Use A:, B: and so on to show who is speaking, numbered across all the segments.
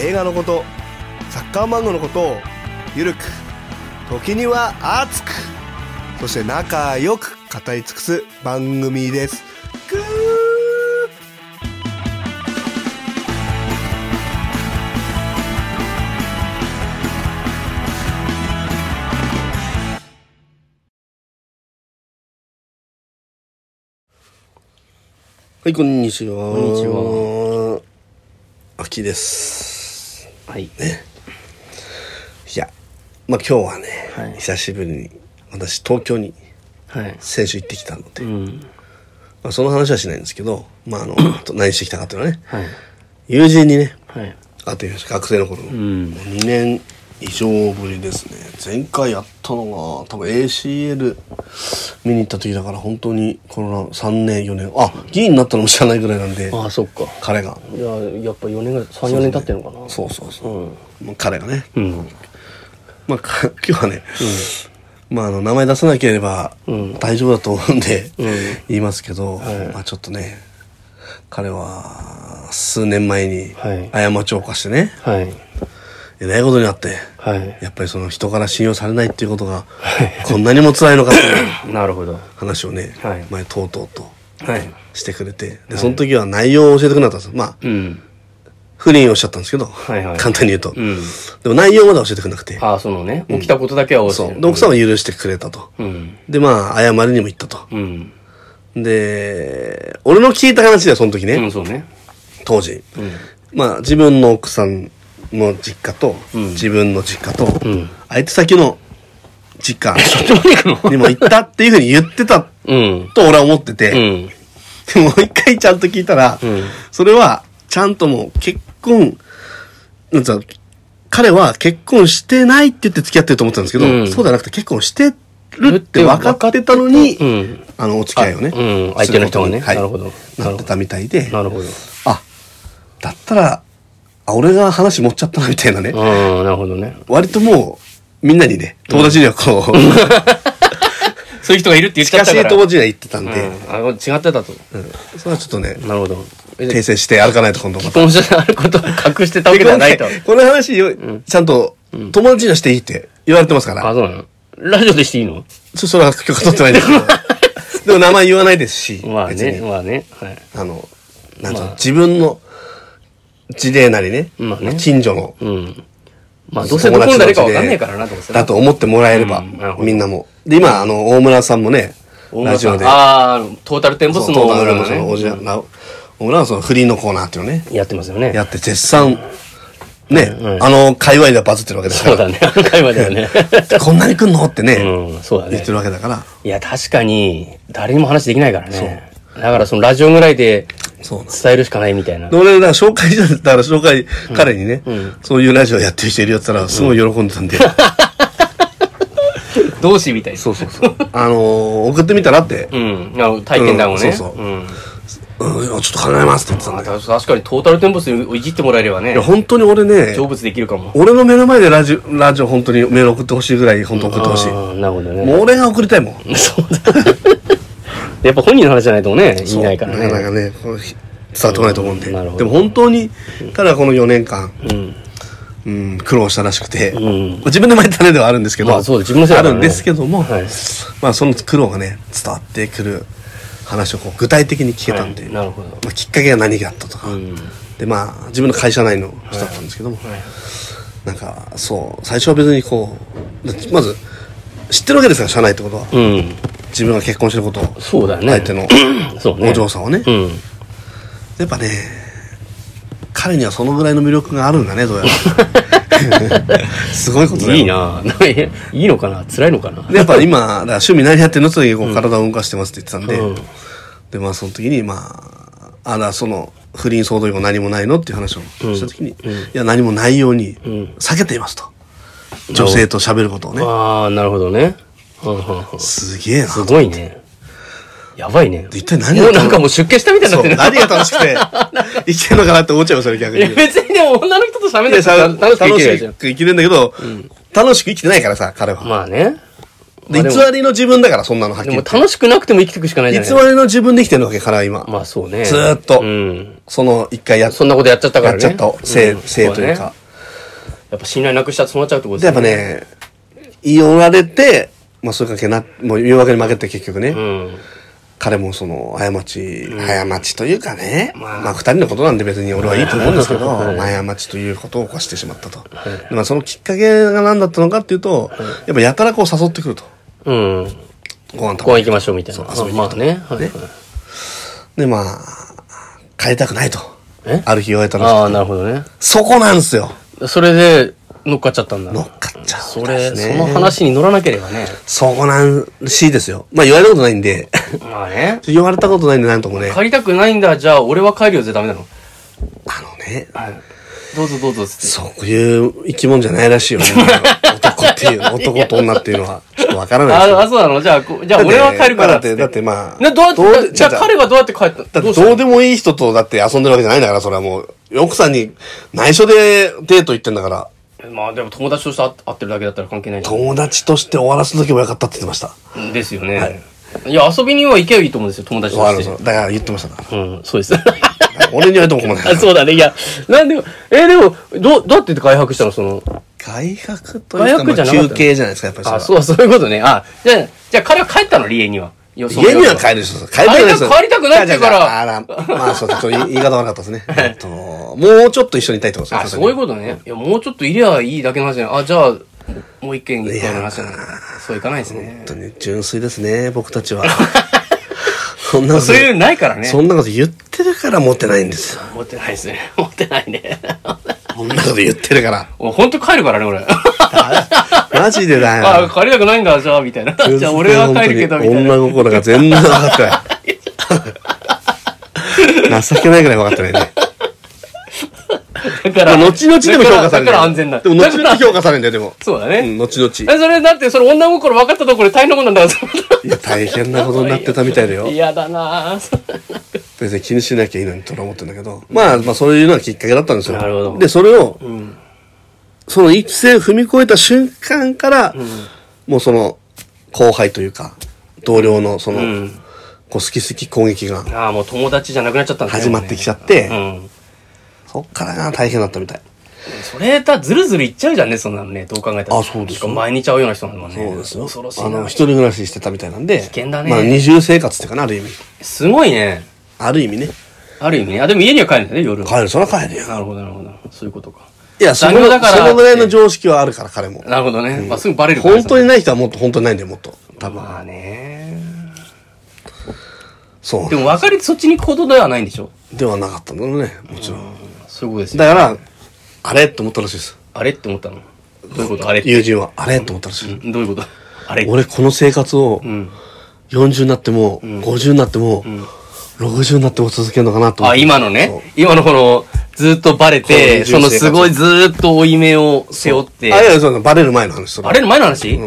A: 映画のことサッカー漫画のことをゆるく時には熱くそして仲良く語り尽くす番組ですグーはい、こんにちは。
B: こんにち
A: は。秋です。
B: はい。
A: いや、まあ今日はね、
B: はい
A: 久しぶりに私東京に
B: はい。
A: 先週行ってきたので、
B: うん。
A: まあ、その話はしないんですけど、まあ、あ のと何してきたかというのはね
B: はい。
A: 友人にね
B: はい。
A: 会ってきました学生の頃の、
B: ん
A: もう2年以上ぶりですね前回やったのが多分 ACL 見に行った時だから本当にこの3年4年あ議員になったのも知らないぐらいなんで
B: ああ、そっか。
A: 彼が
B: いや、やっぱ4年ぐらい、3、4年経ってるのかな。
A: そうそうそうう、まあ彼がね
B: ん。うん。
A: まあ、か 今日はね、まあ、あの、名前出さなければ大丈夫だと思うんで、
B: ん
A: 言いますけど、
B: はい
A: まあ、ちょっとね、彼は、数年前に
B: はい、
A: 過ちを犯してね、
B: はい。
A: えらいことになって、
B: はい。
A: やっぱりその人から信用されないっていうことが
B: い、
A: こんなにも辛いのかという
B: なるほど。は
A: 話をね、
B: はい
A: 前、とうとうと
B: い。
A: してくれて、で、その時は内容を教えてくれなかったんです。まあ、
B: うん。
A: 不倫をおっしゃったんですけど、
B: はいはい
A: 簡単に言うと。
B: うん。
A: でも内容までは教えてくれなくて、
B: ああ、そのね、起きたことだけは
A: そ
B: 教え
A: う。で、奥さんは許してくれたと。
B: うん。
A: で、まあ、謝りにも行ったと。
B: うん。
A: で、俺の聞いた話だよ、その時ね、
B: うん、そうね。
A: 当時。
B: うん。
A: まあ、自分の奥さんの実家と、
B: うん
A: 自分の実家と、
B: うん。
A: 相手先の実家
B: そっちまで行くの
A: にも行ったっていうふうに言ってた
B: うん。
A: と俺は思ってて、
B: うん。
A: でもう一回ちゃんと聞いたら、
B: うん
A: それは、ちゃんともう結婚、なんつうの彼は結婚してないって言って付き合ってると思ってたんですけど、
B: うん
A: そうじゃなくて結婚してるって分かってたのに、
B: うん。
A: あの、お付き合いをね。
B: うん。相手の人がね。
A: する
B: なる
A: こ
B: ほ
A: と
B: ど
A: に。はい。なってたみたいで、
B: なるほど。
A: あ、だったら、あ、俺が話持っちゃったなみたいなね。
B: うん、なるほどね。
A: 割ともう、みんなにね、友達にはこう、
B: そういう人がいるって言っち ゃ
A: 近
B: っ
A: しい
B: たから。
A: 友達には言ってたんで、
B: うん。あ、違ってたと。
A: うんそれはちょっとね、
B: なるほど。え
A: 訂正して歩かないと今度ま
B: 既
A: た。
B: 婚者であることを隠してたわけではないと。
A: この話よ、ちゃんと、友達にはしていいって言われてますから
B: あ、、そうなのラジオでしていいの
A: そそれは許可取ってないんですけ ど、でも名前言わないですし、
B: まあ
A: 別
B: ね、
A: に
B: まあね。はい。
A: あの、なんか自分の事例なりね
B: まあ、ね
A: 近所の
B: うん。まあ、どうせどこに誰かわかんないからな、どうせな。
A: だと思ってもらえれば、
B: うんなるほど
A: みんなも。で、今、あの、大村さんもね、
B: 大村
A: ラジ
B: さん
A: オで、
B: ああ、トータルテンボ
A: そ
B: ス
A: う
B: の
A: 大
B: 大
A: 村
B: 村
A: の
B: が
A: その、お
B: ね。
A: じやな大村のその不倫のコーナーっていうのをね、
B: やってますよね
A: や。って絶賛、ね
B: う、ん
A: あの、界隈ではバズってるわけですか
B: そうだ
A: ら。
B: ね。 あの回まではね。
A: こんなに来んのってね、
B: うん、そうだ
A: 言っ
B: ね
A: て。るわけだから。
B: いや、確かに、誰にも話できないからね。だから、そのラジオぐらいで
A: そうなんです。
B: 伝えるしかないみたいな
A: で。俺、だから紹介したんだから紹介、彼にね、そういうラジオやってる人いるよって言ったら、すごい喜んでたんで、
B: 同志みたいな。そうそうそう。
A: あのー、送ってみたらって、
B: うん。あの体験談を
A: うん
B: ね。。
A: そうそうんうん、ちょっと考えますって言ってたん
B: あ
A: だよ。
B: た確かにトータルテンボスにいじってもらえればね
A: いや、。本当に俺ね、
B: 成仏できるかも。
A: 俺の目の前でラジオ、ラジオ本当にメール送ってほしいぐらい本当送ってほしい。も
B: あーなるほどね。
A: う俺が送りたいもん。
B: そうだ。やっぱ本人の話じゃないとね、言えないから
A: なかな
B: ね。
A: かね、こうひ伝わってこないと思うんで。
B: うんなるほど
A: でも本当に、ただこの4年間、
B: うん。
A: うん、苦労したらしくて、
B: ん
A: 自分で巻いた種ではあるんですけど、
B: まあそうです自分のせい
A: あ
B: だから
A: る
B: ね
A: んですけども、
B: はい
A: まあその苦労がね、伝わってくる話をこう具体的に聞けたんで、
B: はいなるほど。
A: まあ、きっかけが何があったとか、
B: うん。
A: でまあ自分の会社内の人だったんですけども、
B: はい
A: なんかそう、最初は別にこう、だってまず知ってるわけですから、社内ってことは。
B: うん。
A: 自分が結婚してることを。
B: そうだね。
A: 相手の
B: そうね。
A: お嬢さんをね。
B: うん。
A: やっぱね、彼にはそのぐらいの魅力があるんだね、どうや ら。すごいことだよ。
B: いいな いいのかな辛いのかな
A: で、やっぱ今、だから趣味何やってんのって時にこう体を動かしてますって言ってたんで、
B: うん
A: で、まあその時に、まあ、あら、その、不倫騒動にも何もないのっていう話をした時に、
B: うんうん
A: いや、何もないように
B: ん
A: 避けていますと。女性と喋ることをね。
B: ああ、なるほどね。うんうんうん
A: すげえな。
B: すごいね。やばいね。
A: 一体何
B: も
A: が
B: うなんかもう出家したみたいに
A: そ
B: なっ
A: う
B: てる。
A: 何が楽しく て、生きてんのかなって思っちゃいますよね、逆
B: いや
A: に。
B: 別にでも女の人と喋ん
A: で
B: な
A: さ
B: さ楽しく生
A: 楽
B: き
A: し
B: ればいいじゃん。
A: く生きれるんだけど、楽しく生きてないからさ、彼は。
B: まあね。
A: で、偽
B: まあ
A: りの自分だから、そんなのはっき
B: で
A: り
B: も
A: 言って。
B: 楽しくなくても生きていくしかないじゃない
A: 偽りの自分で生きてるわけ、彼は今。
B: まあそうね。
A: ずーっと
B: うん。
A: その一回やっ
B: そんなことやっちゃったか
A: や
B: ら
A: っ
B: ね。
A: ちゃったせい、
B: ん
A: せいという。
B: そ
A: か
B: ね。やっぱ信頼なくしたらそうなっちゃうってこと
A: で、やっぱ。ね、言われて、まあそういう関係な、もう誘惑に負けて結局ね、
B: うん。
A: 彼もその、過ち、過ちというかね、
B: ま
A: ま
B: あ
A: あ、二人のことなんで別に俺はいいと思うんですけど、
B: はい
A: 過ちということを起こしてしまったと。でまあそのきっかけが何だったのかっていうと、やっぱやたらこう誘ってくると。
B: うん。
A: ご飯食
B: 公
A: べ
B: 園行きましょうみたいな。
A: そう遊びに
B: ま
A: 行
B: あ
A: くと
B: ね。はいはい
A: ねで、まあ、帰りたくないと
B: え。
A: ある日言われた
B: ああ、
A: ら、
B: なるほどね。
A: そこなんですよ。
B: それで乗っかっちゃったんだ。
A: 乗っかっちゃう
B: そ
A: んで
B: れ、
A: すね
B: その話に乗らなければね。
A: そこなんしいですよ。まあ言われたことないんで、
B: まあね。
A: 言われたことないんでなんともね。
B: 帰りたくないんだ、じゃあ俺は帰るよぜダメなの。
A: あのね、
B: どうぞどうぞっつって。
A: そういう生き物じゃないらしいよね。男って いう、男と女っていうのは、ちょっとわからないですけど
B: あ、あ、そうなのじゃあ、こじゃあ俺は帰るか
A: だっ、
B: らっつってて。
A: だってまあ。
B: などうやって
A: どう
B: じゃあ
A: 違う違う
B: 彼はどうやって帰った
A: だっ
B: ど
A: て
B: うした
A: どうでもいい人とだって遊んでるわけじゃないんだから、それはもう、奥さんに内緒でデート行ってんだから、
B: まあでも友達として会会ってるだけだったら関係ないじゃ
A: 友達として終わらせとけばよかったって言ってました。
B: ん。ですよね。い、や、遊びには行けばいいと思うんですよ、友達
A: 終わ
B: と
A: る
B: し
A: ぞ
B: て。
A: だから言ってましたから。
B: うん、そうです。
A: 俺に言われても困らないか
B: あ
A: ら。
B: そうだね。いや、なんでも、え、でも、どう、どうやって外泊したのその、
A: 外泊というか、
B: 外泊
A: ま
B: じゃ
A: あ
B: なかった
A: 休憩じゃないですか、やっぱりそれ
B: あ、
A: は
B: そう、そういうことね。あ、じゃあ、じゃあ彼は帰ったの、家には。家
A: 家には帰るでしょ。帰りたくないですよ
B: 帰りたくないって言うから
A: じゃあじゃああら、まあ、そう、ちょっと言い言い方悪かったです ね。えっと、もうちょっと一緒にいたいってこと
B: あ、
A: です
B: そういう
A: ね。
B: ことね。いや、もうちょっといりゃいいだけの話じゃない。あ、じゃあ、もう一軒行くかの話じゃない。そういかないですね。
A: 本当に純粋ですね、僕たち は。そんなこと
B: そういうのないからね。
A: そんなこと言ってるからモテないんですよ。
B: 持ってないですね。 持ってないね。
A: そんなこと言ってるから。
B: 俺、ほんと帰るからね、俺。
A: マジでだ
B: あ
A: よ。
B: 帰りたくないんだ、じゃあ、みたいな。じゃあ、俺は帰るけど、みたいな。
A: 女心が全然分かってない。情けないぐらい分かってないね。
B: だか
A: ま
B: ら、
A: あ後々でも評価される。
B: だから安全だ。
A: でも
B: だ
A: 後
B: か
A: 々
B: ら
A: 評価されるんだよ、でも。
B: そうだ
A: うん
B: ね。
A: 後々。
B: えそれ、だって、それ女心分かったところで大変なもんなんだか
A: いや、大変なことになってたみたいだよ
B: ら。。嫌だなぁ。
A: 別に気にしなきゃいいのにと俺は思ってるんだけど、まあ、まあそういうのがきっかけだったんですよ。
B: なるほど
A: で、それを、その一線踏み越えた瞬間から、もうその、後輩というか、同僚のその、
B: ん
A: こう好き好き攻撃が
B: ああ、もう友達じゃなくなっちゃったんだね
A: 始まってきちゃって、
B: うん。
A: そっからが大変だったみたい。
B: それだ、ずるずるいっちゃうじゃんね、そんなのね。どう考えたら。
A: あそうですよ
B: しかも毎日会うような人なんだもんね。
A: そうですよ。
B: 恐ろしい
A: あ
B: な
A: の、。一人暮らししてたみたいなんで、
B: 険だね
A: まあ二重生活っていうかな、ある意味。
B: すごいね。
A: ある意味ね。
B: ある意味ね。あ、でも家には帰るんだね、夜。
A: 帰る、そら帰るよ。
B: なるほど、なるほど。そういうことか。
A: いや、その、
B: 何も
A: そ
B: だから
A: のぐらいの常識はあるから、彼も。
B: なるほどね。まあ、すぐバレるから
A: 本当にない人はもっと本当にないんだよ、もっと。多分。
B: まあね。
A: そう。
B: でも別れてそっちに行くことではないんでしょ
A: ではなかったんだろうね、もちろん。
B: そういうことですよ。
A: だから、あれって思ったらしいです。
B: あれって思ったのどういうことあれって。
A: 友人は、あれって思ったらしい。
B: どういうことあれ
A: 俺、この生活を
B: ん、
A: 40になっても、50になっても、60になっても続けるのかなと思っ
B: あ、
A: て。
B: 今のね。今のこの、ずっとバレて、
A: そ
B: そうのすごいずーっと負い目を背負っ
A: あ、い
B: て。
A: やいや、そうだバレる前の話、それ
B: バレる前の話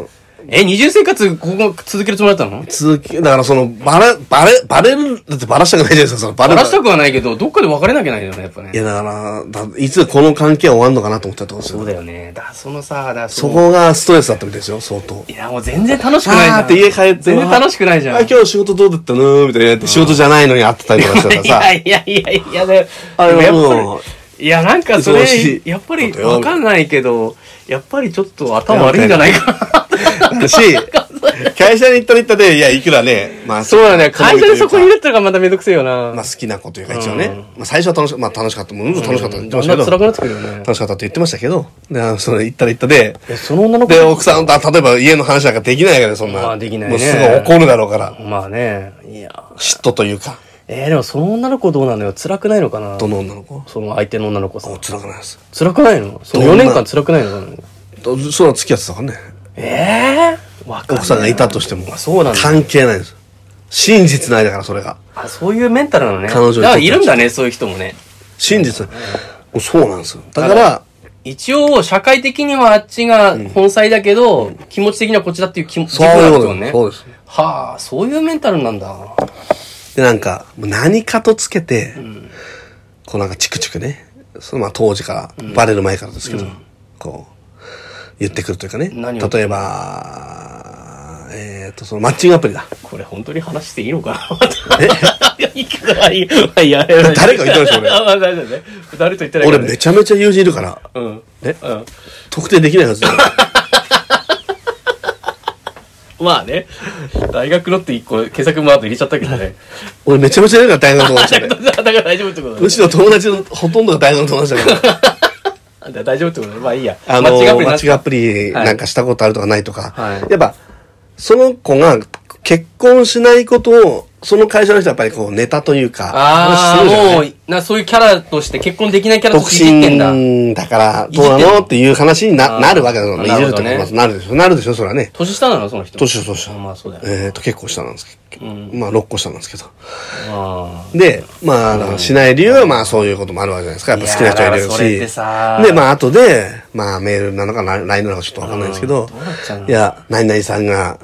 B: え、二重生活、ここ続けるつもりだったの
A: 続き、だからその、バレ、バレ、バレる、だってバラしたくないじゃないですか、その、バレ
B: バ
A: る。
B: ラしたくはないけど、どっかで別れなきゃいけないよね、やっぱ
A: い
B: ね。
A: や、だから、だいつこの関係は終わるのかなと思ってたってことです
B: そう
A: よ。
B: だよね。だ、そのさ、だ、
A: そ
B: その
A: こがストレスだったみたいですよ、相当。
B: いや、もう全然楽しくないじゃん。
A: あーって家帰って
B: 全然楽しくないじゃん。
A: あ、今日仕事どうだったのみたいなやって、仕事じゃないのに会ってたりとかしてたら
B: い
A: さ。
B: やいやいやいやだよ。
A: あ
B: でもやっ
A: も
B: ぱり、いやなんかそ
A: 忙し
B: れ、
A: い
B: やっぱり
A: ことよ
B: わかんないけど、やっぱりちょっと頭悪いんじゃないか
A: だし、会社に行ったら行ったで、いや、いくらね、まあ、
B: な。そうだ ね。会社でそこにい
A: る。
B: るってのがまためんどくせえよな。
A: まあ、好きな子というか、一応ね、まあ、最初は楽しか、まあ、楽しかった。もう、楽しかったって言って
B: だ
A: ま
B: ん
A: した
B: だん
A: け
B: 辛く
A: ど、
B: なってくるよね。
A: 楽しかったって言ってましたけど、で、あのそれ行ったら行ったで、
B: いやその女の子
A: で、奥さんと、あ例えば家の話なんかできないから、そんな。
B: まあできない
A: も
B: ね
A: うすぐ怒るだろうから、
B: まあね。いや。
A: 嫉妬というか、
B: えー、でもその女の子どうなのよ。辛くないのかな
A: どの女の子
B: その相手の女の子さ
A: お。辛くないです。
B: 辛くないのその
A: ど
B: 4
A: んな
B: 年間辛くないのかな
A: どその付き合ってたからね。
B: ええー、わかんない
A: 奥さんがいたとしても
B: あ、そうなんだ
A: 関係ないです。真実ないだから、それが。
B: あ、そういうメンタルなのね。
A: 彼女にとって
B: だからいるんだね、そういう人もね。
A: 真実。もうそうなんですよ。だから、
B: 一応、社会的にはあっちが本妻だけど、気持ち的にはこっちだっていう気持ち
A: そう
B: が
A: いう
B: あ
A: こ
B: る
A: と
B: よね。
A: そうです。
B: はあ、そういうメンタルなんだ。
A: で、なんか、もう何かとつけて、こうなんかチクチクね、そのまあ当時から、バレる前からですけど、こう、言ってくるというかね。
B: 何を
A: 例えば、えっ、と、そのマッチングアプリだ。
B: これ本当に話していいのかないいからいい。まあいや、
A: 誰か言ってました俺
B: あまあ大丈夫ね。誰と言ってないか
A: 俺
B: らね
A: めちゃめちゃ友人いるから、
B: うん。
A: ね、
B: うん。
A: 特定できないはずだよ。
B: まあね。大学のって一個、検索マート入れちゃったけどね。
A: 俺めちゃめちゃいる から大学の友達だ
B: だ
A: ね
B: か。ら大丈夫ってことだね
A: むしろ友達のほとんどが大学の友達だから。
B: あ大丈夫ってことね。まあいいや。
A: あの、
B: マッチングアプリ
A: マ
B: な
A: ッチングアプリなんかしたことあるとかないとか、
B: はい
A: やっぱ、その子が結婚しないことを、その会社の人はやっぱりこうネタというか、
B: ああ、
A: 話するじゃ
B: も、
A: ないう
B: な、そういうキャラとして、結婚できないキャラと
A: 独
B: していじってんだ。
A: 身だから、
B: いじっ
A: ど
B: て
A: う
B: んの
A: なのっていう話にな
B: あー
A: なるわけだもんね。い
B: な
A: じ
B: る
A: る
B: ほ
A: と思
B: どね
A: います。なるでしょ。なるでしょ、それはね。
B: 年下なのその人。
A: 年下、年下。
B: あまあそうだよね。
A: えっ、と、結構下なんですけど。
B: うん
A: まあ、6個下なんですけど。
B: ああ。
A: で、まああの、しない理由は、まあ、そういうこともあるわけじゃないですか。やっぱ好きな人がい
B: いやーだからそれっ
A: る
B: て
A: し。
B: さ
A: で、まあ、後で、まあ、メールなのか、ラ LINE なのかちょっとわかんないんですけど、
B: うんどうなっちゃうの
A: いや、何々さんが、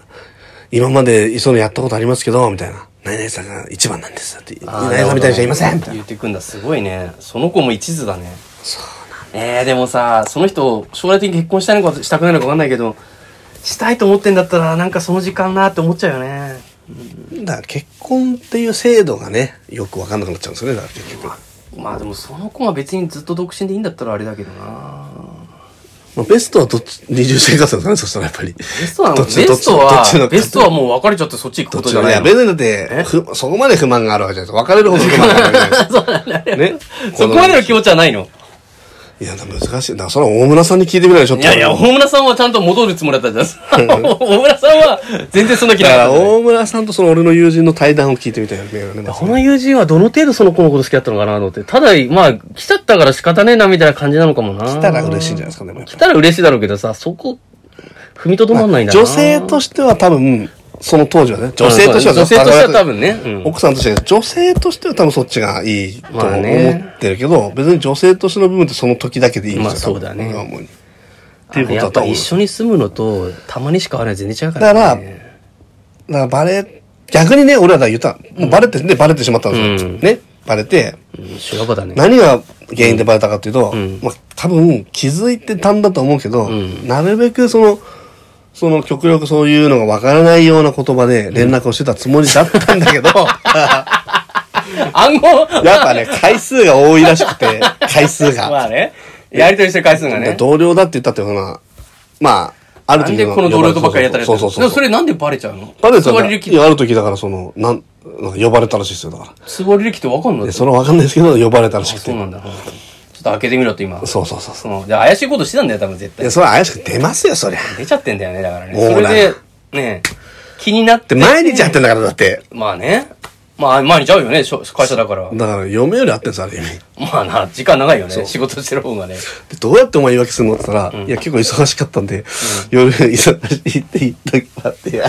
A: 今まで、そういうのやったことありますけど、みたいな。何々さんが一番なんですって。何々さんみたいな人いませんみたい
B: 言
A: な。
B: ってくんだ。すごいね。その子も一途だね。そうなんえー、でもさ、その人、将来的に結婚したいのかしたくないのかわかんないけど、したいと思ってんだったら、なんかその時間なって思っちゃうよね。
A: だから、結婚っていう制度がね、よくわかんなくなっちゃうんですよね、だから結局。
B: まあでもその子は別にずっと独身でいいんだったらあれだけどな。
A: まあ、ベストはどっち、二重生活なんですかね、そしたらやっぱり。ベ
B: ベストなのベストは、ベストはもう別れちゃってそっち行く
A: ど
B: こ
A: っ
B: と
A: ち
B: じゃ
A: の
B: ないい
A: や、
B: の
A: 別にだって、ふそこまで不満があるわけじゃないですか。別れるほど不満があるわけじゃないですか。ね。
B: そこまでの気持ちはないの
A: いや、難しい。だから、それは大村さんに聞いてみないでしょ、
B: いやいや、
A: だ
B: 大村さんはちゃんと戻るつもりだったじ ゃん。大村さんは全然そんな気な
A: から、
B: かったね。
A: 大村さんとその俺の友人の対談を聞いてみたいなメールね。
B: この友人はどの程度その子のこと好きだったのかなと思って。ただ、まあ、来ちゃったから仕方ねえなみたいな感じなのかもな。来
A: たら嬉しいんじゃないですかねでもやっぱ
B: 来たら嬉しいだろうけどさ、そこ、踏みとどまんないんだな。
A: 女性としては多分、その当時はね、
B: うん、
A: 女性としては、
B: 女性としては多分ね。うん
A: 奥さんとしては、女性としては多分そっちがいいと思
B: まあね
A: ってるけど、別に女性としての部分ってその時だけでいいんですよ。
B: まあそうだね
A: 多分僕が思うにっていうこと
B: や
A: だ
B: っ
A: と
B: ぱ
A: 思う
B: 一。緒に住むのと、たまにしか会わない全然違うか
A: だからら、
B: ね。
A: だからバレ、逆にね、俺らが言った、もうバレて、ね、バレてしまったんですよ。
B: うん
A: ね、バレて、
B: うん修羅場だね。
A: 何が原因でバレたかっていうと、
B: ん
A: まあ、多分気づいてたんだと思うけど、
B: ん
A: なるべくその、その極力そういうのがわからないような言葉で連絡をしてたつもりだったんだ けど、
B: 暗号
A: やっぱね、回数が多いらしく て、回数が。
B: まあね。やりとりしてる回数がね。
A: 同僚だって言ったっていうのは、まあ、ある
B: な
A: 時
B: ん
A: の
B: でこの同僚とばっかりやったらやつ
A: そうそうそう
B: で
A: そ
B: も
A: う。
B: それなんでバレちゃうの
A: バレて
B: つ
A: たん
B: わ
A: だ
B: り
A: い
B: 歴って、
A: やある時だからその、なん、なんか呼ばれたらしいですよ、だから。
B: つわり歴ってわかんない
A: でそれはわかんないですけど、呼ばれたらしくて。
B: そうなんだ。ちょっと開けてみろって今。
A: そうそうそうそ
B: その、で怪しいことしてたんだよ、多分絶
A: う。い
B: 対
A: や、。それは怪しく出ますよ、そりゃ。
B: 出ちゃってんだよね、だからね。
A: もう
B: それ
A: な
B: で、ね気になっ
A: で、
B: て。
A: 毎日やってんだから、だって。
B: まあね。まあ、毎日会うよね、しょ会社だから。
A: だから、嫁より合ってんです、ある意味。
B: まあな、時間長いよね。仕事してる方がね。
A: でどうやってお前言い訳するのって言ったら、いや、結構忙しかったんで、夜、忙しいって言った時もあって、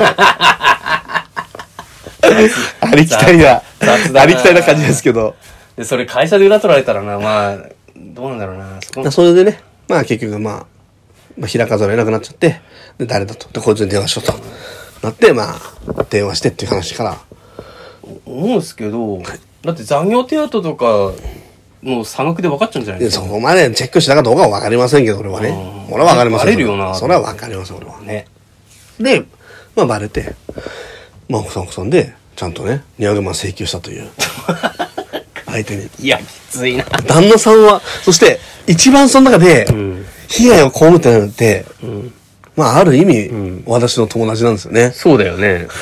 A: ありきたりな、
B: 雑だな
A: ありきたりな感じですけど。
B: で、それ会社で裏取られたらな、まあ、どうなんだろうな。そこ
A: それでね、まあ結局、まあ、まあ、開かざるを得なくなっちゃって、で、誰だと。で、こいつに電話しようと。なって、まあ、電話してっていう話から、
B: 思うんですけど、だって残業手当とか、もう差額で分かっちゃうんじゃない
A: で
B: です
A: そ
B: か。
A: こまでチェックしたかどうかは分かりませんけど、俺はね。
B: うん
A: 俺は分かりません。
B: バレるよな
A: それは分かります、俺は。
B: ね。
A: で、まあバレて、まあ奥さん奥さんで、ちゃんとね、200万請求したと いう。相手に。
B: いや、きついな。
A: 旦那さんは、そして、一番その中で
B: ん、
A: 被害を被ってないのって、まあある意味、私の友達なんですよね。
B: そうだよね。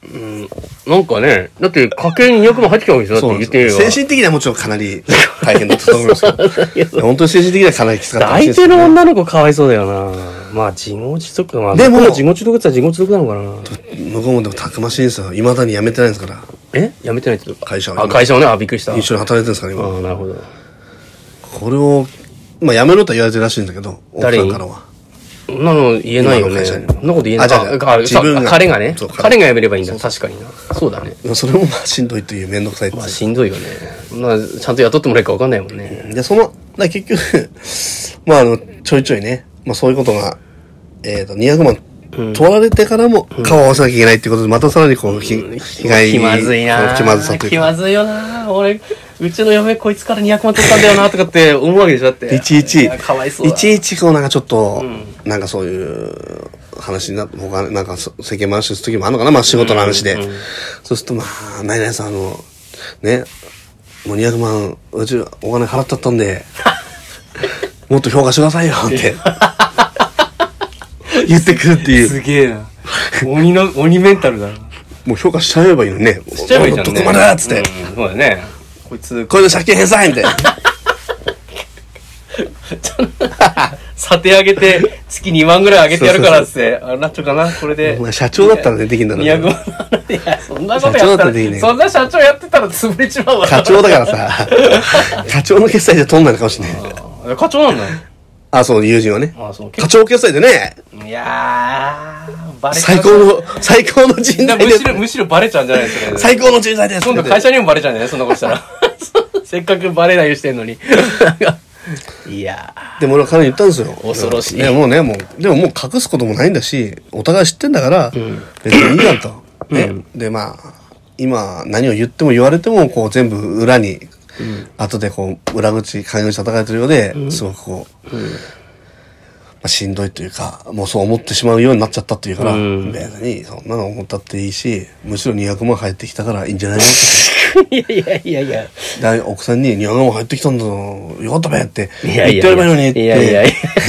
B: うん、なんかね、だって家計に200万入ってきたわけでしょだって言ってみれば
A: 精神的にはもちろんかなり大変だったと思い ますけど、本当に精神的にはかなりきつかったらしい
B: 相
A: です
B: 手
A: けど
B: の
A: ね
B: 女の子かわいそうだよな。まあ、自業自得まあ、
A: でも
B: 向こう自業自得って言ったら自業自得なのかな。
A: 向こうもでもたくましいんですよ。未だに辞めてないんですから。
B: えやめてないってこと
A: 会社は
B: あ、会社はね、あ、びっくりした。
A: 一緒に働いてるんですから、今。
B: ああ、なるほど。
A: これを、まあ、やめろとは言われてるらしいんだけど、奥
B: 誰
A: さ
B: に
A: んからは。
B: そんなの言えない
A: 今
B: よ
A: の
B: ね。
A: 会社
B: そん
A: に
B: なこと言えな
A: あ
B: い。
A: じゃあじゃあ
B: か
A: 自分が
B: さ彼がね
A: そう。彼
B: 彼が辞めればいいんだ。確かにな。そうだね。
A: でもそれもまあしんどいという面倒くさいっていう
B: まあしんどいよね。まあちゃんと雇ってもらえるか分かんないもんね。
A: で、その、だから結局 、まあ、あの、ちょいちょいね、まあそういうことが、えっ、と、200万取られてからも顔を合わせなきゃいけないっていうことで、またさらにこう、ひ被害
B: 気まずいな
A: こう気まずさという
B: 気
A: か。
B: まずいよな俺、うちの嫁こいつから200万取ったんだよなとかって 思うわけでしょだって。
A: いちいち、
B: やかわいそうだ。
A: ちいちこうなんかちょっと、なんかそういう話にな、他、なんかそ世間話する時もあるのかな、まあ仕事の話で。そうすると、まあ、ないないさん、あの、ね、もう200万、うちお金払っちゃったん で、もっと評価してくださいよって。言ってくるっていう。
B: すげえな。鬼の、鬼メンタルだな。
A: もう評価しちゃえばいいのにね。
B: しちゃえばいいじゃん、ね。
A: どこまでだっつって。
B: うんそうだね。こいつ、
A: これで借金返済みたいな。
B: 査定上げて、月2万ぐらい上げてやるからっつって、あ、なんとかな、これで
A: お。前社長だったらねできんだろうね
B: 200万。いや、そんなことや
A: 社長だ
B: っ
A: った
B: た
A: ら
B: ら、
A: できない
B: そんな社長やってたら潰れちまうわ。
A: 課長だからさ、課長の決済じゃ取んないのかもしれない。
B: あ課長なんだ。
A: あ、そう、友人はね。
B: あ、そう、結
A: 課長決済でね、
B: 構。いやー、バレちゃう
A: 最高。の、最高の人
B: だ
A: 材
B: むしろ、
A: で、
B: むしろバレちゃうんじゃないですかね。
A: 最高の人材です
B: 今度会社にもバレちゃうんじゃないそんなこと したら。せっかくバレないようにしてんのに。いや
A: でも俺は彼に言ったんですよ。
B: 恐ろしい
A: ね、もうね、もう、でももう隠すこともないんだし、お互い知ってんだから、別にいいやんと。ね、で、まあ、今、何を言っても言われても、こう、全部裏に、後でこう、裏口、陰口叩かれてるようで、すごくこう、まあ、しんどいというか、もうそう思ってしまうようになっちゃったっていうから、
B: うん
A: 別にそんなの思ったっていいし、むしろ200万入ってきたからいいんじゃないのって
B: ー。いやいやいやいや。
A: だ奥さんに「200万入ってきたんだぞよかったべ」って
B: い
A: 言っ
B: やい
A: て
B: や
A: やればいいのにっ
B: いやいやい
A: て
B: や。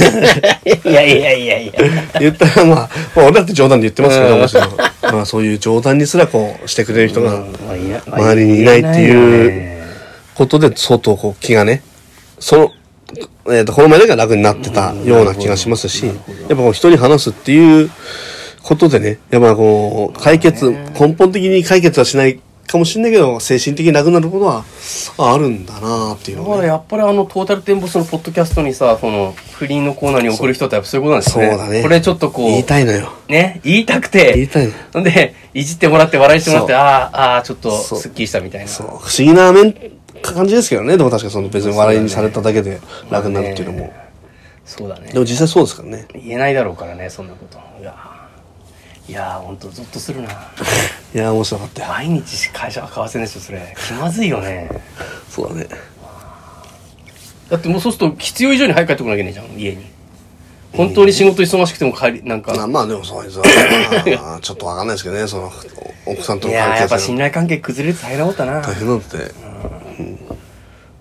B: いやいやいやいや。
A: 言ったらまあまあ俺だって冗談で言ってますけど
B: うん
A: もちろんまあそういう冗談にすらこうしてくれる人が
B: まあいやまあ
A: 周りにいないって
B: いないよ
A: い
B: ね
A: うことで相当こう気がねそのえーとこのまでが楽になってたような気がしますしやっぱこう人に話すっていうことでねやっぱこう解決根本的に解決はしないかもしれないけど精神的になくなることはああるんだなっていう
B: だ
A: の
B: か
A: はね
B: らやっぱりあのトータルテンボスのポッドキャストにさ、その不倫のコーナーに送る人ってやっぱそういうことなんです
A: そう
B: ね。
A: だね。
B: これちょっとこう、
A: 言いたいのよ。
B: ね、言いたく
A: 言い
B: て、
A: たいの。
B: ほんで、いじってもらって笑いしてもらって、
A: そう
B: ああ、ああ、ちょっと
A: そう
B: スッキリしたみたいな。
A: そう。不思議な面、感じですけどね。でも確かにその別に笑いにされただけで楽になるっていうのも。
B: そうだね
A: で。も実際そうですからね。
B: 言えないだろうからね、そんなこと。いやー、いやーほんとゾッとするな。
A: いやー、面白かったよ。
B: 毎日会社は買わせないでしょ、それ。気まずいよね。
A: そうだね。
B: だってもうそうすると必要以上に早く帰ってこなきゃいけないじゃん、家に。本当に仕事忙しくても帰り、なんか。
A: まあまあでもそうですよね。まあちょっとわかんないですけどね、その、お奥さんと
B: い
A: の
B: やーや
A: 関
B: っぱ
A: 係性
B: 信
A: が
B: 頼関係崩れると大変なことだな
A: 大変なんだって。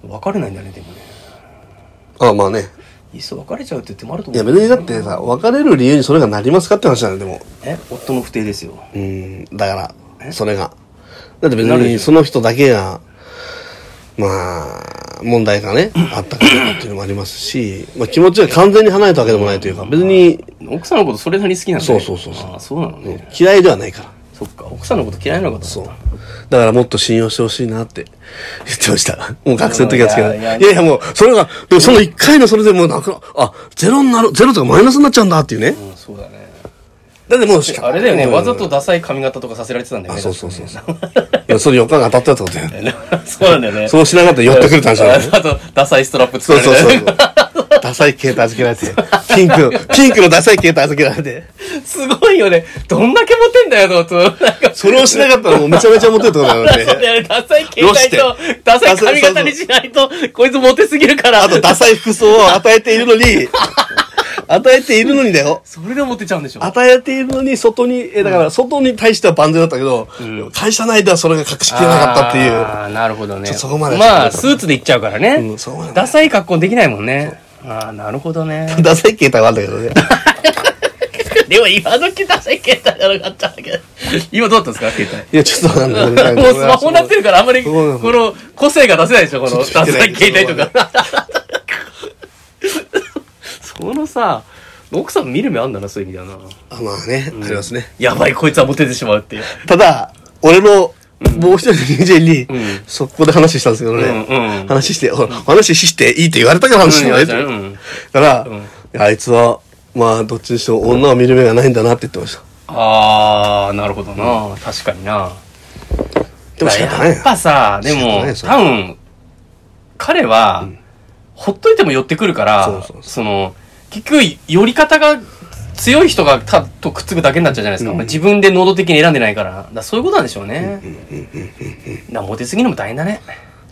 B: 別れないんだねでもね
A: ああまあね。
B: いっそ別れちゃうって言ってもあると
A: い
B: 思
A: や
B: う
A: 別にだってさ、別れる理由にそれがなりますかって話なんだよ、でも。
B: え夫の不定ですよ
A: うん、だから、それが。だって別
B: なるでし
A: に
B: ょ
A: その人だけが、まあ、問題がね、あったからっていうのもありますし、まあ気持ちが完全に離れたわけでもないというか、別に
B: 奥さんのことそれなりに好きなんだ
A: そうそうそうそう
B: あーそうなのね、
A: 嫌いではないから。
B: そっか奥さんのこと嫌いなのかと
A: そ
B: 思
A: う
B: った。
A: だからもっと信用してほしいなって 言ってました。もう学生の時はつけない。
B: い
A: い
B: や
A: や
B: い
A: い
B: や
A: やもう、それが、でもその一回のそれでもうなくな、あ、ゼロになる、ゼロとかマイナスになっちゃうんだっていうね。
B: うんそうだね
A: だってもうしか
B: あれだよね、
A: うん
B: わざとダサい髪型とかさせられてたんだよ
A: あ、
B: ね
A: そうそうそうそう。いや、それ予感が当たったってことだよね。
B: う そうなんだよね
A: そうしなかったら寄ってくるって話だよね。
B: あとダサいストラップ作
A: そう
B: られて
A: そうそうそう。 ダサい携帯預けられて。ピンクの、ピンクのダサい携帯預けられて。
B: すごいよねどんだけモテんだよと思ってなんか
A: それをしなかったらもうめちゃめちゃモテるってことだよ
B: そ う
A: ね。
B: だよねダサい携
A: よし
B: 帯
A: って
B: とダサい髪型にしないとこいつモテすぎるから
A: あとダサい服装を与えているのに、与えているのにだよ。
B: それでモテちゃうんでしょ
A: 与えているのに外に、え、だから外に対しては万全だったけど、会社内ではそれが隠しきれなかったっていう。
B: ああ、なるほどね。
A: ちょそこまで
B: まあ、スーツで行っちゃうからね。
A: うんそうなんだよ
B: ダサい格好できないもんね。ああ、なるほどね。
A: ダサい携帯はあるんだけどね。
B: でも今時ダサい携帯じゃなかったんだけど。今どうだったんですか携
A: いや、ちょっとあ の、
B: 帯。もうスマホになってるから、あんまり、
A: そ
B: こ
A: うなの
B: の、個性が出せないでしょ、この、ダ
A: ちょ
B: サ
A: っと
B: い携帯と
A: ちょ
B: か。 そのさ、奥さん見る目あんだな、そういう意味だな。
A: あまあね、ありますね。
B: やばい、こいつはモテてしまうっていう。
A: ただ、俺の、もう一人の友人に、
B: ん
A: そこで話したんですけどね、
B: うんうん
A: 話して、お話していいって言われたから話してもらえて、
B: うん
A: だから、あいつは、まあどっちにしても女を見る目がないんだなって言ってました
B: あー、なるほどな。確かにな。
A: でも仕方ない
B: やっぱさ、で
A: 仕方
B: も
A: ない、それ
B: 多分、彼は、ほっといても寄ってくるから、
A: そう
B: そ
A: そうそう
B: の、結局、寄り方が強い人がたとくっつくだけになっちゃうじゃないですか。
A: うん
B: 自分で能動的に選んでないから。だからそういうことなんでしょうね。だからモテすぎるのも大変だね。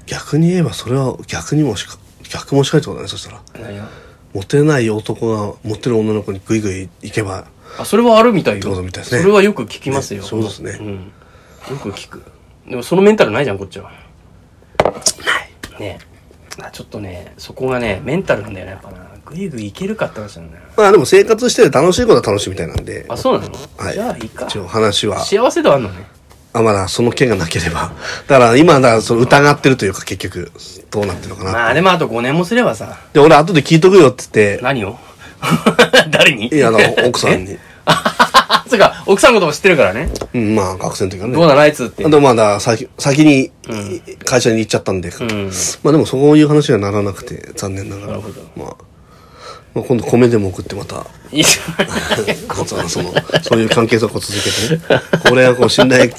A: 逆に言えばそれは逆にもしか逆もしかりってことだねそしたら
B: 何が
A: モテない男がモテる女の子にグイグイ行けば
B: あ、それはあるみたい
A: どうぞ
B: よ。
A: みたいですね
B: それはよく聞きますよ。
A: ねそうですね
B: ん。よく聞く。でもそのメンタルないじゃん、こっちは。ない。ねあちょっとね、そこがね、メンタルなんだよね、やっぱな。ぐいぐいいけるかって話なんだよな。
A: まあでも生活してて楽しいことは楽しいみたいなんで
B: あ、そうなの、
A: はい
B: じゃあいいか。
A: 一応話は
B: 幸せ度あんのね。
A: あまだその件がなければだから今だからその疑ってるというか結局どうなってるのかな、
B: まあでもあと5年もすればさ、
A: で俺後で聞いとくよって言っ
B: 何を 誰に
A: ていやあの奥さん。
B: え
A: に
B: あ、そうか、奥さんのことも知ってるからね。
A: うんまあ学生の時はね
B: どうなのあいつって。
A: でもまだ先先に会社に行っちゃったんで、
B: ん
A: まあでもそういう話にはならなくて残念ながら
B: なるほど
A: まあ、まあ今度米でも送ってま た
B: いいじゃん
A: こつはそのそういう関係性をこう続けてね俺がこう信頼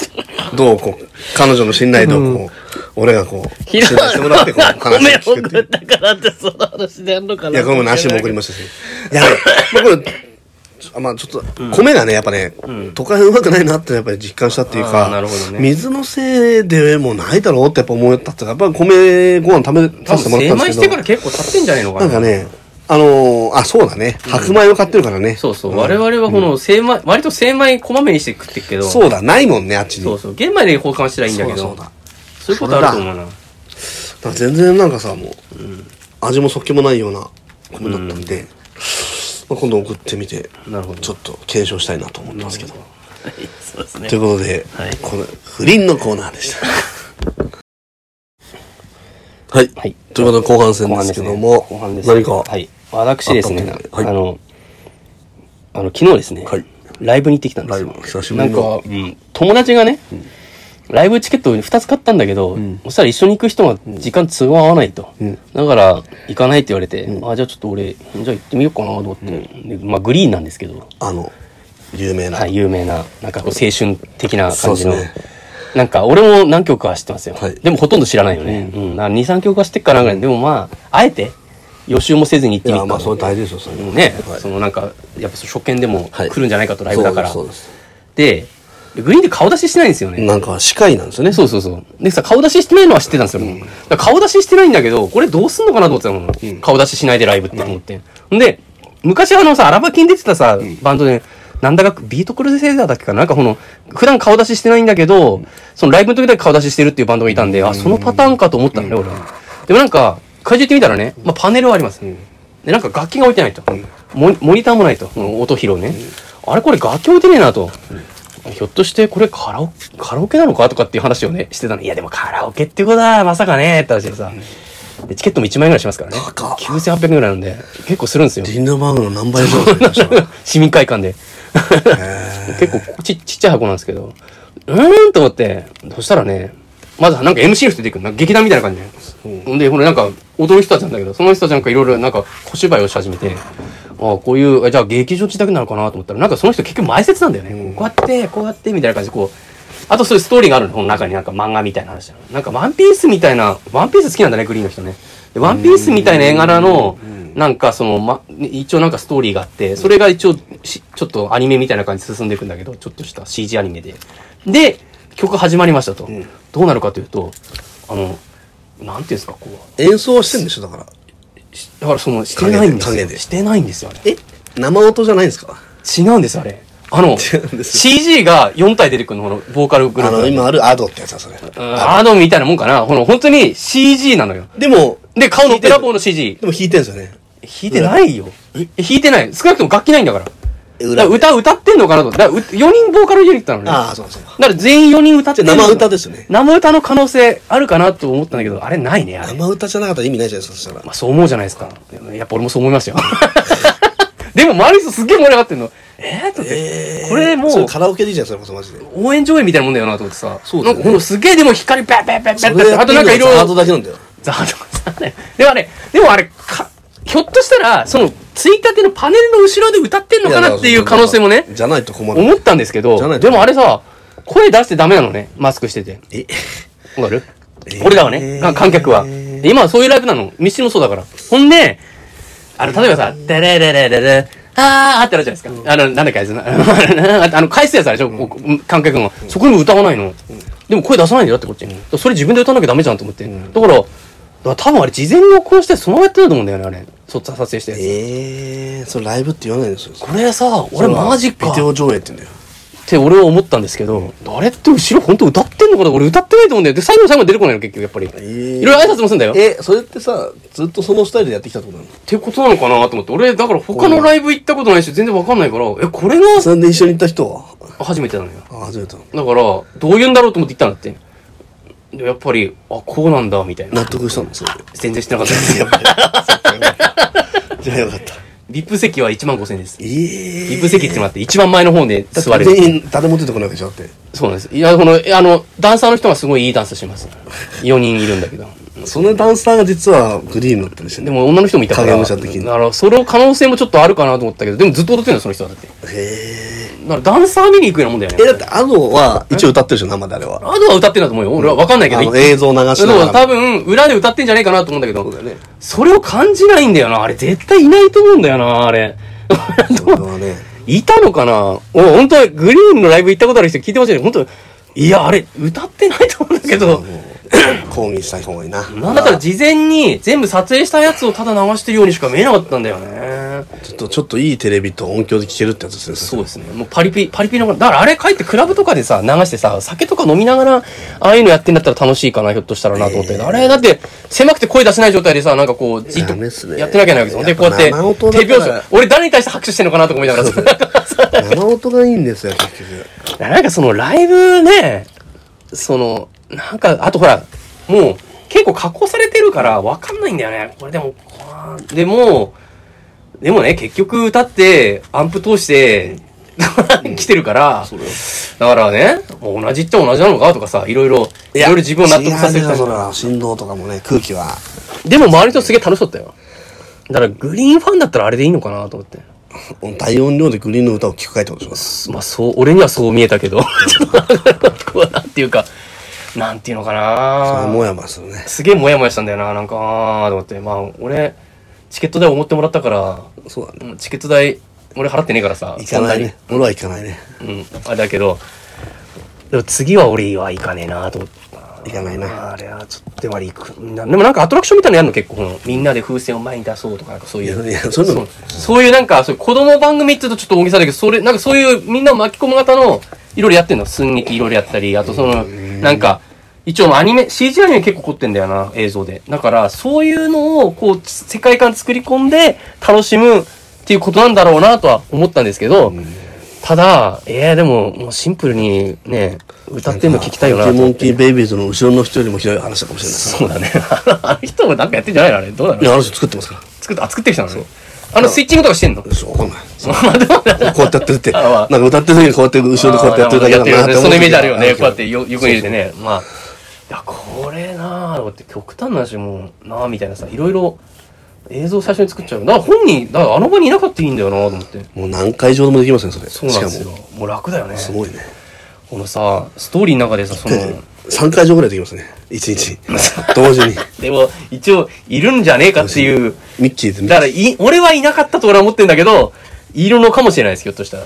A: どうこう彼女の信頼度をこう、俺がこう信
B: ひろ
A: 頼してもらってこう話を聞
B: 米
A: くって
B: 送
A: い
B: っ
A: う
B: たからってその話でやるのかな。
A: いやこれも何週も送りましたしいやまあこれちょあまあちょっと、米がね、やっぱね、都会うまくないなってやっぱり実感したっていう
B: あ
A: か、
B: ーなるほどね
A: 水のせいでもないだろうってやっぱ思ったっていうか、やっぱ米ご飯食べ
B: 多
A: させてもらったん
B: 分精
A: で
B: 米
A: す
B: し
A: け
B: て
A: ど
B: から、結構経ってんじゃねえのか
A: な
B: なん
A: かね、あのー、あ、そうだね、白米を買ってるからね。
B: そうそう、
A: ん
B: 我々はこの精米、割と精米こまめにして食ってっけどう
A: そうだ、ないもんね、あっちに。
B: そうそう玄米で交換したらいいんだけど
A: そうだそうだ
B: そういうことあると思うな
A: だから全然なんかさ、もう、味も素っ気もないような米だったんで、まあ、今度送ってみて、
B: なるほど
A: ちょっと検証したいなと思ってますけど。
B: はいそうですね
A: ということで、
B: はい
A: この不倫のコーナーでした。はい。
B: はい
A: ということで後半戦ですけども、
B: 後半ですね
A: 何か、
B: はい私ですね
A: あったみた
B: あ
A: いはい
B: のあの昨日ですね、
A: はい
B: ライブに行ってきたんですよ
A: ライブ久しぶりの
B: なんか、うん友達がね、ライブチケット2つ買ったんだけど、そしたら一緒に行く人が時間都合合わないと、
A: うん
B: だから行かないって言われて、あじゃあちょっと俺じゃあ行ってみようかなと思って、でまあグリーンなんですけど、
A: あの、有名な。
B: はい、有名な、なんかこう青春的な感じ
A: そう
B: の。
A: ですね
B: なんか俺も何曲かは知ってますよ。
A: はい
B: でもほとんど知らないよね。うん。な2、3曲は知ってっからぐらい。でもまあ、あえて予習もせずに
A: い
B: 行ってみ
A: や、
B: た
A: まあ、そ
B: の
A: れ大事ですよ、それも
B: ね、
A: はい
B: そのなんか、やっぱ初見でも
A: はい
B: 来るんじゃないかとライブだから。
A: そうです。そう
B: で、グリーンで顔出ししてないんですよ
A: です
B: ね。
A: なんか、司会なんですよね。
B: そうそうそう。でさ、顔出ししてないのは知ってたんですよ。だから顔出ししてないんだけど、これどうすんのかなと思ってたもん。顔出ししないでライブって思って。んで、昔あのさ、アラバキに出てたさ、バンドで、なんだかビートクルセイダーだっけかななんかこの、普段顔出ししてないんだけど、そのライブの時だけ顔出ししてるっていうバンドがいたんで、あ、そのパターンかと思ったのね、俺は。でもなんか、会場行ってみたらね、まあパネルはあります。で、なんか楽器が置いてないと。モニモニターもないと。音拾うね。あれこれ楽器置いてねえなと。ひょっとしてこれカラオカラオケなのかとかっていう話をね、してたの。いやでもカラオケってことはまさかねって話でさ。で、チケットも1万円ぐらいしますからね。
A: 高っ
B: 9800円ぐらいなんで、結構するんですよ
A: デ。ィンダーバーグの何倍以上だったでしょう
B: 市民会館で。結構ちちっちゃい箱なんですけど。うーんと思って、そしたらね、まずなんか MC の人出てくる。なんか劇団みたいな感じで。ほんで、これなんか踊る人たちなんだけど、その人たちなんかいろいろなんか小芝居をし始めて、ああ、こういう、あじゃあ劇場自宅なのかなと思ったら、なんかその人結局前説なんだよね。こうやって、こうやって、みたいな感じでこう。あとそういうストーリーがあるの、この中になんか漫画みたいな話だななんかワンピースみたいな、ワンピース好きなんだね、グリーンの人ね。でワンピースみたいな絵柄の、なんかその、ま、一応なんかストーリーがあって、それが一応し、ちょっとアニメみたいな感じで進んでいくんだけど、ちょっとした CG アニメで。で、曲始まりましたと。どうなるかというと、あの、なんていうんですか、こう、
A: 演奏はしてんでしょ、だから。
B: しだからその、してないんです
A: 影で
B: よ。
A: 影で
B: してないんですよ、あれ。
A: え生音じゃないんですか
B: 違うんです、あれ。あの、
A: 違うんです
B: CG が4体出てくるの、このボーカルグル
A: あ
B: ープ
A: の、今あるアドってやつだ、それ。
B: アードみたいなもんかな。ほの本当に CG なのよ。
A: でも、
B: で、顔のペラボーの
A: で
B: CG。
A: も弾いてんですよね。
B: 弾いてないよ。え弾いてない。少なくとも楽器ないんだから。
A: 裏で
B: だから歌、歌ってんのかなと。だからう4人ボーカルユニットなのね。
A: ああ、そうそう。
B: だから全員4人歌ってんの
A: じゃあ生歌ですよね
B: 生歌の可能性あるかなと思ったんだけど、あれないね、あれ。
A: 生歌じゃなかったら意味ないじゃないですか、そしたら
B: ま。あそう思うじゃないですか。やっぱ俺もそう思 いますよ。でも周りの人すっげえ盛り上がってんの。えー、だって、これも
A: そうれ、カラオケでいいじゃん、それこそマジで。
B: 応援上映みたいなもんだよなと思ってさ。
A: そうだ
B: な
A: よ
B: ん
A: ね
B: かほんとすげえでも光ペッペッペッペ
A: そ
B: ッ
A: れ
B: ペ
A: で
B: ッ
A: や
B: あ
A: ってる
B: となんかいろいろ
A: ハー。ドだけなんだよ。
B: ざわざわざわね。でもあれ、でもあれ、か、ひょっとしたら、その、ついたてのパネルの後ろで歌ってんのかなっていう可能性もね、
A: じゃないと困る。
B: 思ったんですけ
A: じゃない
B: ど、
A: と
B: でもあれさ、声出してダメなのね、マスクしてて。
A: え
B: わかる、
A: えー
B: 俺らはね、が観客は。で今はそういうライブなの。ミシもそうだから。ほんで、あの、例えばさ、デレレレレレ、あーってなるじゃないですか。あの、なんだっけ、あいつな あとあの、返すやつあるでしょ、こう観客も。そこにも歌わないの。でも声出さないんだよってこっち。それ自分で歌わなきゃダメじゃんと思って。だから、だから多分あれ事前に録音してそのままやってると思うんだよね、あれ。そっ撮影して。
A: ええそれライブって言わないですよ。
B: これさ、俺マジか
A: ビデオ上映って言うんだよ。
B: って俺は思ったんですけど、あれって後ろ本当歌ってんのかな俺歌ってないと思うんだよ。で、最後の最後まで出てこないの結局やっぱり。
A: ー
B: いろいろ挨拶もするんだよ。
A: え、それってさ、ずっとそのスタイルでやってきたってことなの
B: ってことなのかなと思って。俺、だから他のライブ行ったことないし、全然わかんないから、え、これが
A: それで一緒に行った人は
B: 初めてなのよ。
A: あ、初めてなの。
B: だから、どういうんだろうと思って行ったんだって。でやっぱり、あ、こうなんだ、みたいな。
A: 納得したの それで。
B: 全然してなかったです
A: やっぱり。 じゃあよかった。
B: ビップ席は1万5千円です。
A: え
B: ビ
A: え
B: ップ席ってのもあって、一番前の方で座れる。
A: 全員誰も出てこないわけじゃなくて。
B: そうなんです。いや、この、あの、ダンサーの人がすごいいいダンスしてます。4人いるんだけど。
A: そのダンサーが実はグリーンだったりして
B: で
A: ね。
B: も女の人もいたから。
A: 影武者的に
B: だから、それを可能性もちょっとあるかなと思ったけど、でもずっと踊ってるのよ、その人はだって。だ
A: へえ。
B: から、ダンサー見に行くようなもんだよね
A: え、。だってアドは一応歌ってるでしょ、生であれは。
B: アドは歌ってんだと思うよ。俺はわかんないけど。
A: あの映像流しながら
B: だから多分、裏で歌ってんじゃねえかなと思うんだけど。
A: そうだよね。
B: それを感じないんだよな。あれ、絶対いないと思うんだよな、あれ。
A: これはね。
B: いたのかなお、本当グリーンのライブ行ったことある人聞いてほしいね。本当いや、あれ、歌ってないと思うんだけど。
A: 抗議した方がいいな。
B: なんだったら事前に全部撮影したやつをただ流してるようにしか見えなかったんだよね。
A: ちょっと、ちょっといいテレビと音響で聞けるってやつですね。
B: そうですね。もうパリピ、パリピの、だからあれ帰ってクラブとかでさ、流してさ、酒とか飲みながら、ああいうのやってんだったら楽しいかな、ひょっとしたらなと思って。あれ、だって、狭くて声出せない状態でさ、なんかこう、じっと
A: ダメっすね
B: やってなきゃいけないわけですよ。で、こうやって
A: やっぱ生音、だ
B: 手
A: から
B: 拍子、俺誰に対して拍手してんのかなとか思いながらさ。
A: 生音がいいんですよ、結局。
B: なんかそのライブね、その、なんか、あとほら、もう、結構加工されてるから、わかんないんだよね。これでも、こうでも、でもね、結局歌って、アンプ通して、 来てるから、だからね、もう同じっちゃ同じなのかとかさ、いろいろ、いろいろ自分を納得させ
A: 違
B: て
A: うよ
B: た
A: それは振動とかもね、空気は。
B: でも周りの人すげえ楽しそうだったよ。だから、グリーンファンだったらあれでいいのかなと思って。
A: 大音量でグリーンの歌を聴くかいってことします。
B: まあそう、俺にはそう見えたけど、ちょっとこうなんていうか、なんていうのか
A: それは
B: な
A: もやもやするね。
B: すげえモヤモヤしたんだよな、なんか、あーと思って。まあ、俺、チケット代おごってもらったから、
A: そうだね。
B: うんチケット代、俺払ってねえからさ、
A: 行かないね。俺は行かないね。
B: そんなに。うん、あれだけど、でも次は俺は行かねえなと思った。
A: 行かないな
B: あれはちょっと、でもあれ行くな。でもなんかアトラクションみたいなのやるの結構、このみんなで風船を前に出そうとか、なんかそう
A: い
B: い
A: や、
B: う。
A: いやそういう
B: そ
A: の
B: うそういうなんか、そういう子供番組って言うとちょっと大げさだけど、それ、なんかそういうみんなを巻き込む型の、いろいろやってんの。寸劇いろいろやったり、あとその、なんか、一応アニメ、CG アニメ結構凝ってんだよな、映像で。だから、そういうのを、こう、世界観作り込んで、楽しむっていうことなんだろうなとは思ったんですけど、ただ、えー、でも、もうシンプルにね、歌ってんの聞きたいよなと
A: ポケモ
B: 思っ
A: ン
B: て。
A: キーベイビーズの後ろの人よりもひどい話だかもしれない。
B: そうだね。 あの人もなんかやってんじゃないのあれ。どうなの
A: いや、あの人作ってますから。
B: 作って、あ、作ってる人なのあの、スイッチングとかしてんの
A: そう、わかんない。
B: まあでも
A: こうやってやってるって。
B: あま
A: な
B: あ
A: んか歌ってる時にこうやって後ろでこうやってやってるだけだな
B: や
A: っ
B: ってて
A: 思う
B: る
A: 時が
B: そのイメージあるよね。
A: け
B: こ
A: ど
B: うやってよ、よく入れてね。まあ、いや、これなぁ、って極端な話もう、なぁ、みたいなさ、いろいろ映像最初に作っちゃう。だから本人、だからあの場にいなかったらいいんだよなぁ、と思って。
A: もう何回以上でもできますね、それ。
B: そうなんです
A: し
B: よ
A: かも。。
B: もう楽だよね。
A: すごいね。
B: このさ、ストーリーの中で さ、その、
A: 3回以上ぐらいできますね。1日。同時に。
B: でも、一応、いるんじゃねえかっていう。
A: ミッキーでね
B: だからい、俺はいなかったと俺は思ってんだけど、いるのかもしれないです、ひょっとしたら。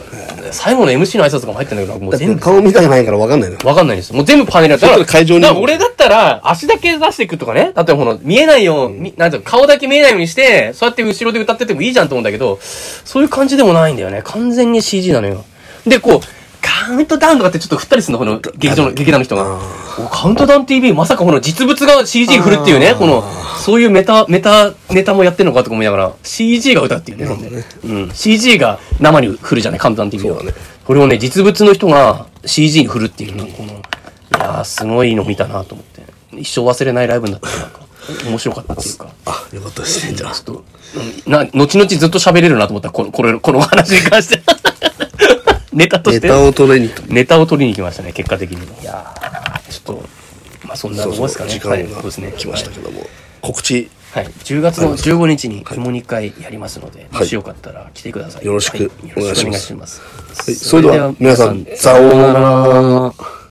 B: 最後の MC の挨拶とかも入ってんだけど、もう
A: だっ
B: 全
A: て
B: 部
A: 顔見たくないからわかんないの。
B: わかんないです。もう全部パネルだった
A: そし
B: ら。
A: たら会場に
B: だから俺だったら、足だけ出していくとかね。だってこの、見えないよう、みなんていうの顔だけ見えないようにして、そうやって後ろで歌っててもいいじゃんと思うんだけど、そういう感じでもないんだよね。完全に CG なのよ。で、こう、カウントダウンとかってちょっと振ったりするの、この劇場の、劇団の人が。おカウントダウン TV、まさかこの実物が CG 振るっていうね、この、そういうメタ、メタ、ネタもやってんのかとか思いながら、CG が歌うっていうね、ほんでうん。CG が生に振るじゃない、カウントダウン TV を。
A: そうだね
B: これをね、実物の人が CG に振るっていうのこの、いやー、すごいの見たなと思って。一生忘れないライブになったなんか、面白かったっていうか。
A: あ、よかったですね、じゃあ。
B: ちょっと、な、後々ずっと喋れるなと思った、この、これ、この話に関 して。ネタとし
A: ネ
B: て。
A: タを取りに行っ
B: ネタを取りに来ましたね、結果的に。いやーちょっと、まあそんな
A: た
B: とこですかね。
A: 時
B: はい
A: 間
B: そう
A: が
B: ですね。
A: 来ましたけども。
B: はい
A: 告知
B: はい。10月の15日に下に1回やりますので、
A: い
B: もしよかったら来てください。
A: よろしく
B: はよろくお願いします。
A: はいそれでは皆さんさようなら
B: さようなら。